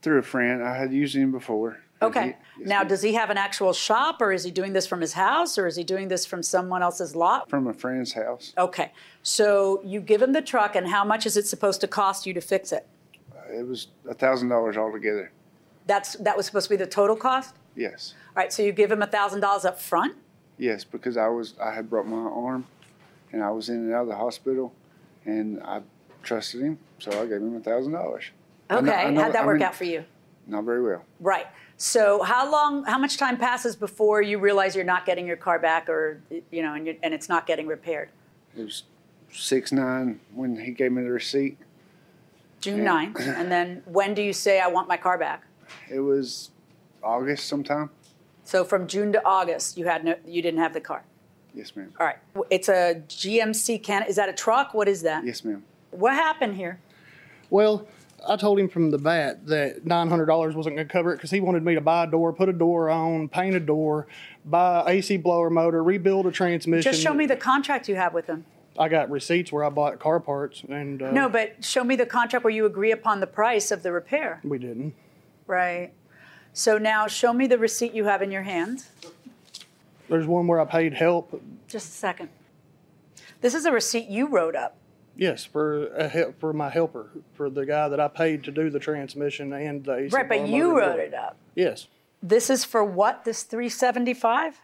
Speaker 17: through a friend, I had used him before.
Speaker 2: Okay. Now, does he have an actual shop or is he doing this from his house or is he doing this from someone else's lot?
Speaker 17: From a friend's house.
Speaker 2: Okay. So you give him the truck, and how much is it supposed to cost you to fix it?
Speaker 17: It was a thousand dollars altogether.
Speaker 2: That's that was supposed to be the total cost.
Speaker 17: Yes,
Speaker 2: All right. So you give him a thousand dollars up front.
Speaker 17: yes, because I was I had broke my arm, and I was in and out of the hospital, and I trusted him, so I gave him a thousand dollars. I
Speaker 2: Okay.
Speaker 17: know- I know-
Speaker 2: How'd that
Speaker 17: I
Speaker 2: work
Speaker 17: mean,
Speaker 2: out for you?
Speaker 17: Not very well.
Speaker 2: Right. So how long? How much time passes before you realize you're not getting your car back, or you know, and, you and it's not getting repaired?
Speaker 17: It was six nine when he gave me the receipt.
Speaker 2: June
Speaker 17: Yeah.
Speaker 2: 9th. and then when do you say I want my car back?
Speaker 17: It was August sometime.
Speaker 2: So from June to August, you had no, you didn't have the car.
Speaker 17: Yes, ma'am.
Speaker 2: All right. It's a GMC can. Is that a truck? What is that?
Speaker 17: Yes, ma'am.
Speaker 2: What happened here?
Speaker 18: Well, I told him from the bat that nine hundred dollars wasn't going to cover it because he wanted me to buy a door, put a door on, paint a door, buy a AC blower motor, rebuild a transmission.
Speaker 2: Just show me the contract you have with them.
Speaker 18: I got receipts where I bought car parts, and uh,
Speaker 2: No, but show me the contract where you agree upon the price of the repair.
Speaker 18: we didn't.
Speaker 2: Right. So now show me the receipt you have in your hand.
Speaker 18: There's one where I paid help.
Speaker 2: Just a second. This is a receipt you wrote up.
Speaker 18: Yes, for a help, for my helper, for the guy that I paid to do the transmission and the AC
Speaker 2: right, but
Speaker 18: blower
Speaker 2: you
Speaker 18: motor
Speaker 2: wrote
Speaker 18: door.
Speaker 2: it up.
Speaker 18: Yes,
Speaker 2: This is for what? This 375?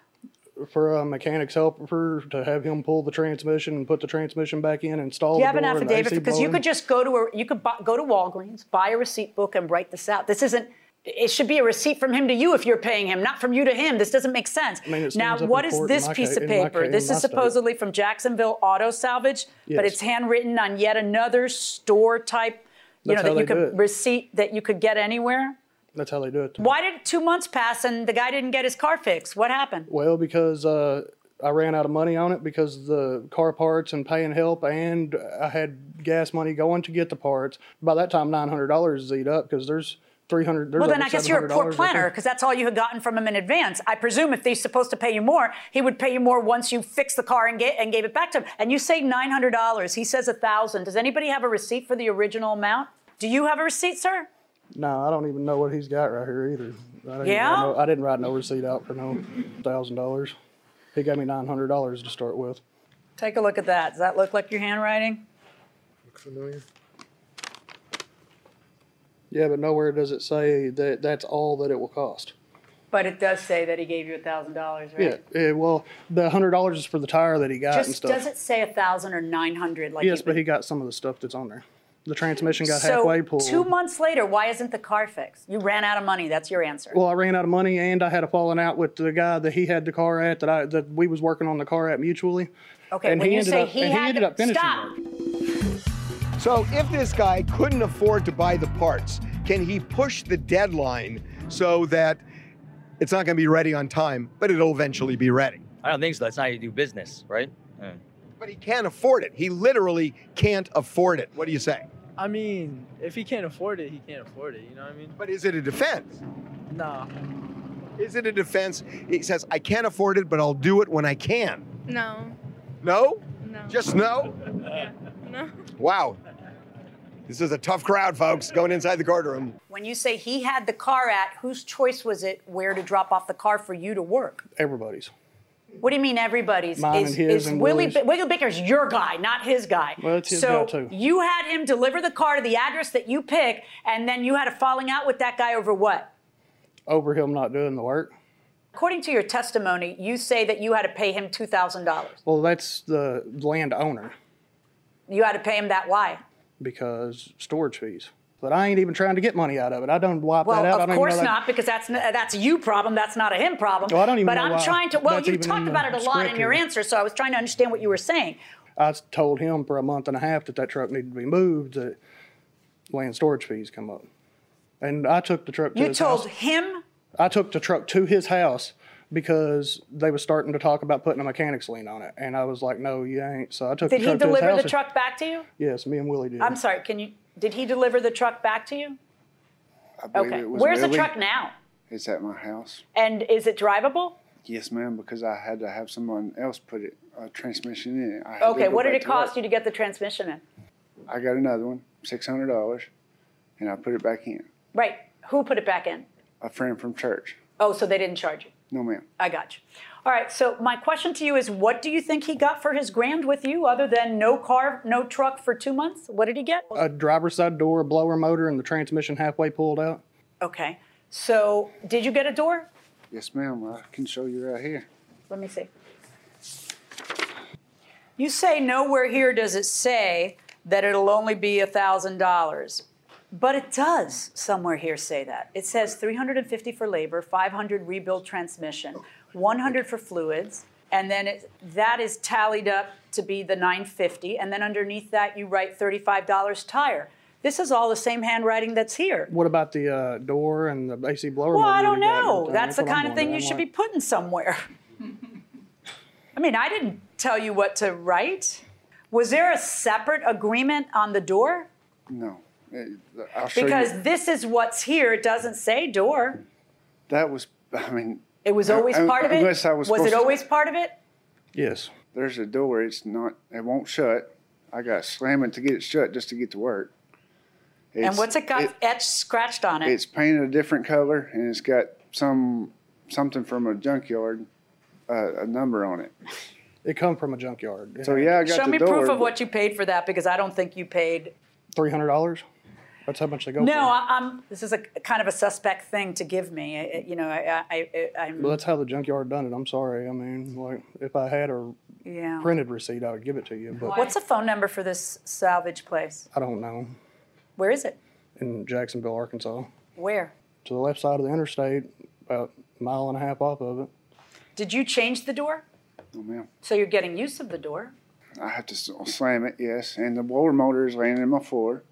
Speaker 18: for a mechanic's helper to have him pull the transmission and put the transmission back in, install
Speaker 2: Do you
Speaker 18: the
Speaker 2: have an
Speaker 18: Oh, door and the
Speaker 2: affidavit
Speaker 18: AC
Speaker 2: because you
Speaker 18: blower.
Speaker 2: could just go to a you could buy, go to Walgreens, buy a receipt book, and write this out. This isn't. It should be a receipt from him to you if you're paying him, not from you to him. This doesn't make sense.
Speaker 18: I mean, it
Speaker 2: now,
Speaker 18: stands up
Speaker 2: what
Speaker 18: in
Speaker 2: is
Speaker 18: court in
Speaker 2: this
Speaker 18: my
Speaker 2: piece
Speaker 18: ca-
Speaker 2: of
Speaker 18: in my
Speaker 2: paper?
Speaker 18: ca-
Speaker 2: this
Speaker 18: in my
Speaker 2: is
Speaker 18: state.
Speaker 2: supposedly from Jacksonville Auto Salvage, but
Speaker 18: Yes.
Speaker 2: it's handwritten on yet another store type. You
Speaker 18: That's
Speaker 2: know
Speaker 18: how
Speaker 2: that
Speaker 18: they do
Speaker 2: you could
Speaker 18: it.
Speaker 2: receipt that you could get anywhere.
Speaker 18: That's how they do it.
Speaker 2: Why did two months pass and the guy didn't get his car fixed? What happened?
Speaker 18: Well, because uh, I ran out of money on it because of the car parts and paying help, and I had gas money going to get the parts. By that time, nine hundred dollars is eat up because there's three hundred.
Speaker 2: well, then I guess you're a poor planner because that's all you had gotten from him in advance. I presume if he's supposed to pay you more, he would pay you more once you fixed the car and, get, and gave it back to him. And you say nine hundred dollars. He says a thousand. Does anybody have a receipt for the original amount? Do you have a receipt, sir?
Speaker 18: No, I don't even know what he's got right here either. I didn't
Speaker 2: Yeah?
Speaker 18: write no- I didn't write no receipt out for no thousand dollars. He gave me nine hundred dollars to start with.
Speaker 2: Take a look at that. Does that look like your handwriting?
Speaker 18: Yeah, but nowhere does it say that that's all that it will cost.
Speaker 2: But it does say that he gave you a thousand dollars,
Speaker 18: Yeah, yeah, well, the hundred dollars is for the tire that he got and
Speaker 2: Just
Speaker 18: stuff.
Speaker 2: does it say a thousand or nine hundred? Like
Speaker 18: yes,
Speaker 2: you-
Speaker 18: but he got some of the stuff that's on there. The transmission got
Speaker 2: so
Speaker 18: halfway pulled.
Speaker 2: two months later, why isn't the car fixed? You ran out of money. That's your answer.
Speaker 18: well, I ran out of money, and I had a falling out with the guy that he had the car at that I that we was working on the car at mutually.
Speaker 2: Okay,
Speaker 18: and
Speaker 2: when
Speaker 18: he
Speaker 2: you
Speaker 18: ended
Speaker 2: say
Speaker 18: up,
Speaker 2: he
Speaker 18: and
Speaker 2: had
Speaker 18: he ended
Speaker 2: to-
Speaker 18: up finishing
Speaker 2: stop.
Speaker 18: it.
Speaker 7: So if this guy couldn't afford to buy the parts, can he push the deadline so that it's not going to be ready on time, but it'll eventually be ready?
Speaker 19: I don't think so. That's not how you do business, right? Yeah.
Speaker 7: But he can't afford it. He literally can't afford it. What do you say?
Speaker 20: I mean, if he can't afford it, he can't afford it. You know what I mean?
Speaker 7: But is it a defense?
Speaker 20: No.
Speaker 7: Is it a defense? He says, I can't afford it, but I'll do it when I can.
Speaker 15: No.
Speaker 7: No?
Speaker 15: No.
Speaker 7: Just no?
Speaker 15: No.
Speaker 7: Wow. This is a tough crowd, folks, going inside the courtroom.
Speaker 2: When you say he had the car at, whose choice was it where to drop off the car for you to work?
Speaker 18: Everybody's.
Speaker 2: What do you mean everybody's?
Speaker 18: Mine
Speaker 2: is
Speaker 18: and his
Speaker 2: is
Speaker 18: and
Speaker 2: Willie
Speaker 18: Willie's.
Speaker 2: Bi- Willie Bicker's your guy, not his guy.
Speaker 18: Well, it's his
Speaker 2: so
Speaker 18: guy, too.
Speaker 2: you had him deliver the car to the address that you pick, and then you had a falling out with that guy over what?
Speaker 18: Over him not doing the work.
Speaker 2: According to your testimony, you say that you had to pay him two thousand dollars.
Speaker 18: Well, that's the landowner
Speaker 2: You had to pay him that. Why?
Speaker 18: because storage fees. But I ain't even trying to get money out of it. I don't wipe
Speaker 2: Well,
Speaker 18: that out. I don't
Speaker 2: of
Speaker 18: even
Speaker 2: course
Speaker 18: know that-
Speaker 2: not, because that's n- that's a you problem. That's not a him problem.
Speaker 18: Well, I don't even
Speaker 2: but
Speaker 18: know
Speaker 2: I'm
Speaker 18: why
Speaker 2: trying to. Well,
Speaker 18: that's
Speaker 2: you
Speaker 18: even in
Speaker 2: talked
Speaker 18: the
Speaker 2: about it a lot in
Speaker 18: script
Speaker 2: your
Speaker 18: here.
Speaker 2: answer, so I was trying to understand what you were saying.
Speaker 18: I told him for a month and a half that that truck needed to be moved, that land storage fees come up. And I took the truck to
Speaker 2: You
Speaker 18: his
Speaker 2: told
Speaker 18: house.
Speaker 2: him
Speaker 18: I took the truck to his house because they were starting to talk about putting a mechanic's lien on it. And I was like, no, you ain't. So I took the
Speaker 2: Did he
Speaker 18: truck to his
Speaker 2: deliver
Speaker 18: house.
Speaker 2: the truck back to you?
Speaker 18: Yes, me and Willie did.
Speaker 2: I'm sorry. Can you? Did he deliver the truck back to you?
Speaker 17: believe
Speaker 2: okay.
Speaker 17: it was
Speaker 2: Where's the
Speaker 17: Willie.
Speaker 2: truck now?
Speaker 17: It's at my house.
Speaker 2: And is it drivable?
Speaker 17: Yes, ma'am, because I had to have someone else put it, a transmission in it. I had to
Speaker 2: Okay.
Speaker 17: go
Speaker 2: What did
Speaker 17: back
Speaker 2: it
Speaker 17: to work.
Speaker 2: cost you to get the transmission in?
Speaker 17: I got another one, $600, and I put it back in.
Speaker 2: Right. Who put it back in?
Speaker 17: A friend from church.
Speaker 2: Oh, so they didn't charge you.
Speaker 17: No, ma'am.
Speaker 2: I got you. All right. So my question to you is, what do you think he got for his grand with you, other than no car, no truck for two months? What did he get?
Speaker 18: a driver's side door, a blower motor, and the transmission halfway pulled out.
Speaker 2: Okay. So did you get a door?
Speaker 17: Yes, ma'am. I can show you right here.
Speaker 2: Let me see. You say nowhere here does it say that it'll only be $1,000. But it does somewhere here say that. It says 350 for labor, 500 rebuild transmission, 100 for fluids, and then it, that is tallied up to be the 950, and then underneath that you write $35 tire. This is all the same handwriting that's here.
Speaker 18: What about the uh, door and the AC blower?
Speaker 2: Well,
Speaker 18: motor
Speaker 2: I
Speaker 18: you
Speaker 2: don't
Speaker 18: got?
Speaker 2: know.
Speaker 18: Uh,
Speaker 2: That's the
Speaker 18: what I'm
Speaker 2: kind of
Speaker 18: wondering.
Speaker 2: thing you
Speaker 18: I'm like-
Speaker 2: should be putting somewhere. I mean, I didn't tell you what to write. Was there a separate agreement on the door?
Speaker 17: No. Uh, I'll show you.
Speaker 2: Because this is what's here. It doesn't say door.
Speaker 17: that was, I mean.
Speaker 2: It was always
Speaker 17: un-
Speaker 2: part of it.
Speaker 17: Unless I was
Speaker 2: it
Speaker 17: supposed to-
Speaker 2: always part of it?
Speaker 18: Yes.
Speaker 17: There's a door. It's not, it won't shut. I got slamming to get it shut just to get to work.
Speaker 2: and
Speaker 17: It's-
Speaker 2: what's it got
Speaker 17: it-
Speaker 2: etched, scratched on it?
Speaker 17: It's painted a different color and it's got some, something from a junkyard, uh, a number on it.
Speaker 18: It come from a junkyard.
Speaker 17: So yeah, I got
Speaker 2: Show
Speaker 17: the
Speaker 2: me
Speaker 17: door.
Speaker 2: proof of what you paid for that because I don't think you paid.
Speaker 18: Three hundred dollars. That's how much they go for.
Speaker 2: No, I, I'm. This is a kind of a suspect thing to give me. I- I- you know, I, I, I, I'm.
Speaker 18: Well, that's how the junkyard done it. I'm sorry. I mean, like if I had a
Speaker 2: yeah.
Speaker 18: printed receipt, I would give it to you. But
Speaker 2: What's the phone number for this salvage place?
Speaker 18: I don't know.
Speaker 2: Where is it?
Speaker 18: In Jacksonville, Arkansas,
Speaker 2: Where?
Speaker 18: to the left side of the interstate, about a mile and a half off of it.
Speaker 2: Did you change the door?
Speaker 17: Oh, ma'am.
Speaker 2: So you're getting use of the door.
Speaker 17: I have to s- slam it, yes. And the blower motor is laying in my floor.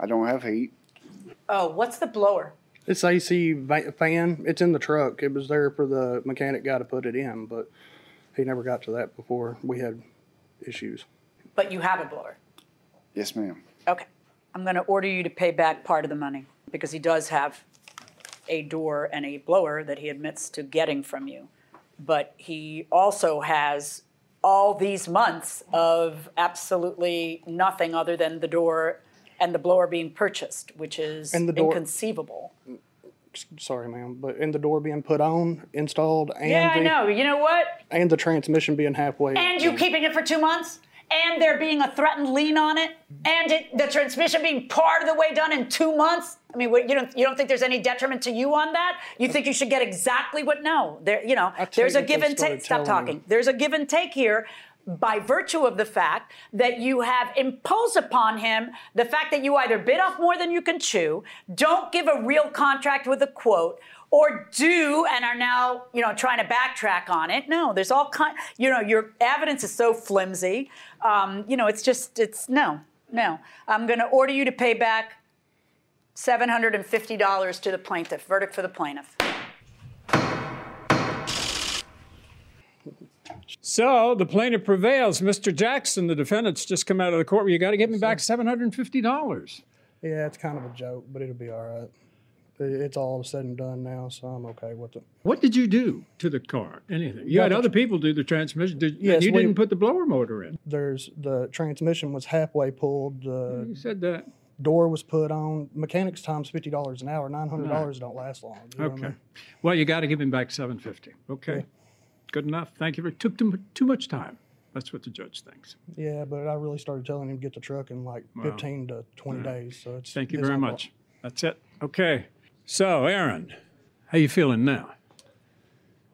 Speaker 17: I don't have heat.
Speaker 2: Oh, what's the blower?
Speaker 18: It's AC va- fan. It's in the truck. It was there for the mechanic guy to put it in, but he never got to that before we had issues.
Speaker 2: But you have a blower.
Speaker 17: Yes, ma'am.
Speaker 2: Okay. I'm going to order you to pay back part of the money because he does have a door and a blower that he admits to getting from you. But he also has all these months of absolutely nothing other than the door and the blower being purchased, which is
Speaker 18: And the door-
Speaker 2: inconceivable.
Speaker 18: S- Sorry, ma'am, but and the door being put on, installed, and
Speaker 2: yeah,
Speaker 18: the,
Speaker 2: I know. You know what?
Speaker 18: and the transmission being halfway.
Speaker 2: And you keeping it for two months? And there being a threatened lien on it? And it, the transmission being part of the way done in two months? I mean, what, you don't you don't think there's any detriment to you on that? You think you should get exactly what? No, there you know there's a
Speaker 21: take it
Speaker 2: give
Speaker 21: they
Speaker 2: and
Speaker 21: started
Speaker 2: take. Stop
Speaker 21: telling me.
Speaker 2: talking. There's a give and take here. By virtue of the fact that you have imposed upon him the fact that you either bid off more than you can chew, don't give a real contract with a quote, or do and are now you know trying to backtrack on it. No, there's all kind. You know your evidence is so flimsy. Um, you know it's just it's no.
Speaker 21: No, I'm going to order you to pay back $750 to the plaintiff. Verdict for the plaintiff.
Speaker 8: So the plaintiff prevails. Mr. Jackson, the defendant's just come out of the courtroom. You got to give me back $750.
Speaker 18: Yeah, it's kind of a joke, but it'll be all right. It- It's all said and done now, so I'm okay with it.
Speaker 8: What did you do to the car? Anything? You had
Speaker 18: Nothing.
Speaker 8: other people do the transmission. Did,
Speaker 18: Yes,
Speaker 8: you
Speaker 18: we-
Speaker 8: didn't put the blower motor in.
Speaker 18: There's the transmission was halfway pulled. The
Speaker 8: you said that.
Speaker 18: Door was put on. Mechanics times fifty dollars an hour. Nine hundred dollars don't last long. you know what I
Speaker 8: Okay.
Speaker 18: mean?
Speaker 8: Well, you got to give him back 750. Okay. Good enough. Thank you. for- It took too, mu- too much time. That's what the judge thinks.
Speaker 18: Yeah, but I really started telling him to get the truck in like
Speaker 8: Wow.
Speaker 18: fifteen to twenty
Speaker 8: All right.
Speaker 18: days. So it's
Speaker 8: Thank you
Speaker 18: it's
Speaker 8: very
Speaker 18: not a lot.
Speaker 8: much. That's it. Okay. So, Aaron, how you feeling now?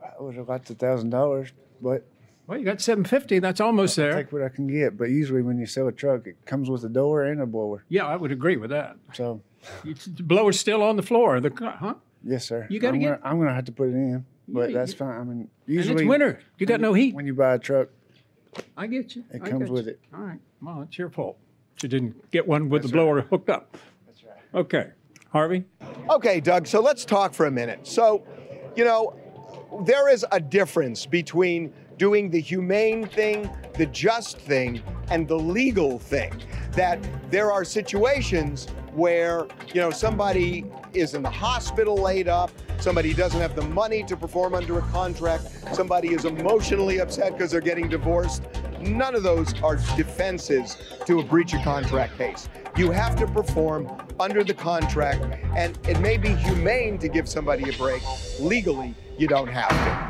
Speaker 17: I would have got the thousand dollars, but
Speaker 8: well, you got seven fifty. That's almost there.
Speaker 17: Take what I can get, but usually when you sell a truck, it comes with a door and a blower.
Speaker 8: Yeah, I would agree with that.
Speaker 17: So,
Speaker 8: It's- the blower's still on the floor. of The car, huh?
Speaker 17: yes, sir.
Speaker 8: You gotta
Speaker 17: I'm
Speaker 8: get-
Speaker 17: Gonna, I'm gonna have to put it in, but
Speaker 8: Yeah,
Speaker 17: that's
Speaker 8: you-
Speaker 17: fine. I mean,
Speaker 8: And it's
Speaker 17: usually
Speaker 8: winter. You got
Speaker 17: when
Speaker 8: no heat.
Speaker 17: when you buy a truck.
Speaker 8: I get you.
Speaker 17: It
Speaker 8: I
Speaker 17: comes
Speaker 8: get
Speaker 17: with
Speaker 8: you.
Speaker 17: it.
Speaker 8: All right. Well, it's your fault. You didn't get one with the blower hooked up. That's right. Okay, Harvey.
Speaker 7: Okay, Doug, so let's talk for a minute. So, you know, there is a difference between doing the humane thing, the just thing, and the legal thing. That there are situations where, you know, somebody is in the hospital laid up, somebody doesn't have the money to perform under a contract, somebody is emotionally upset because they're getting divorced. None of those are defenses to a breach of contract case. You have to perform under the contract, and it may be humane to give somebody a break. Legally, you don't have to.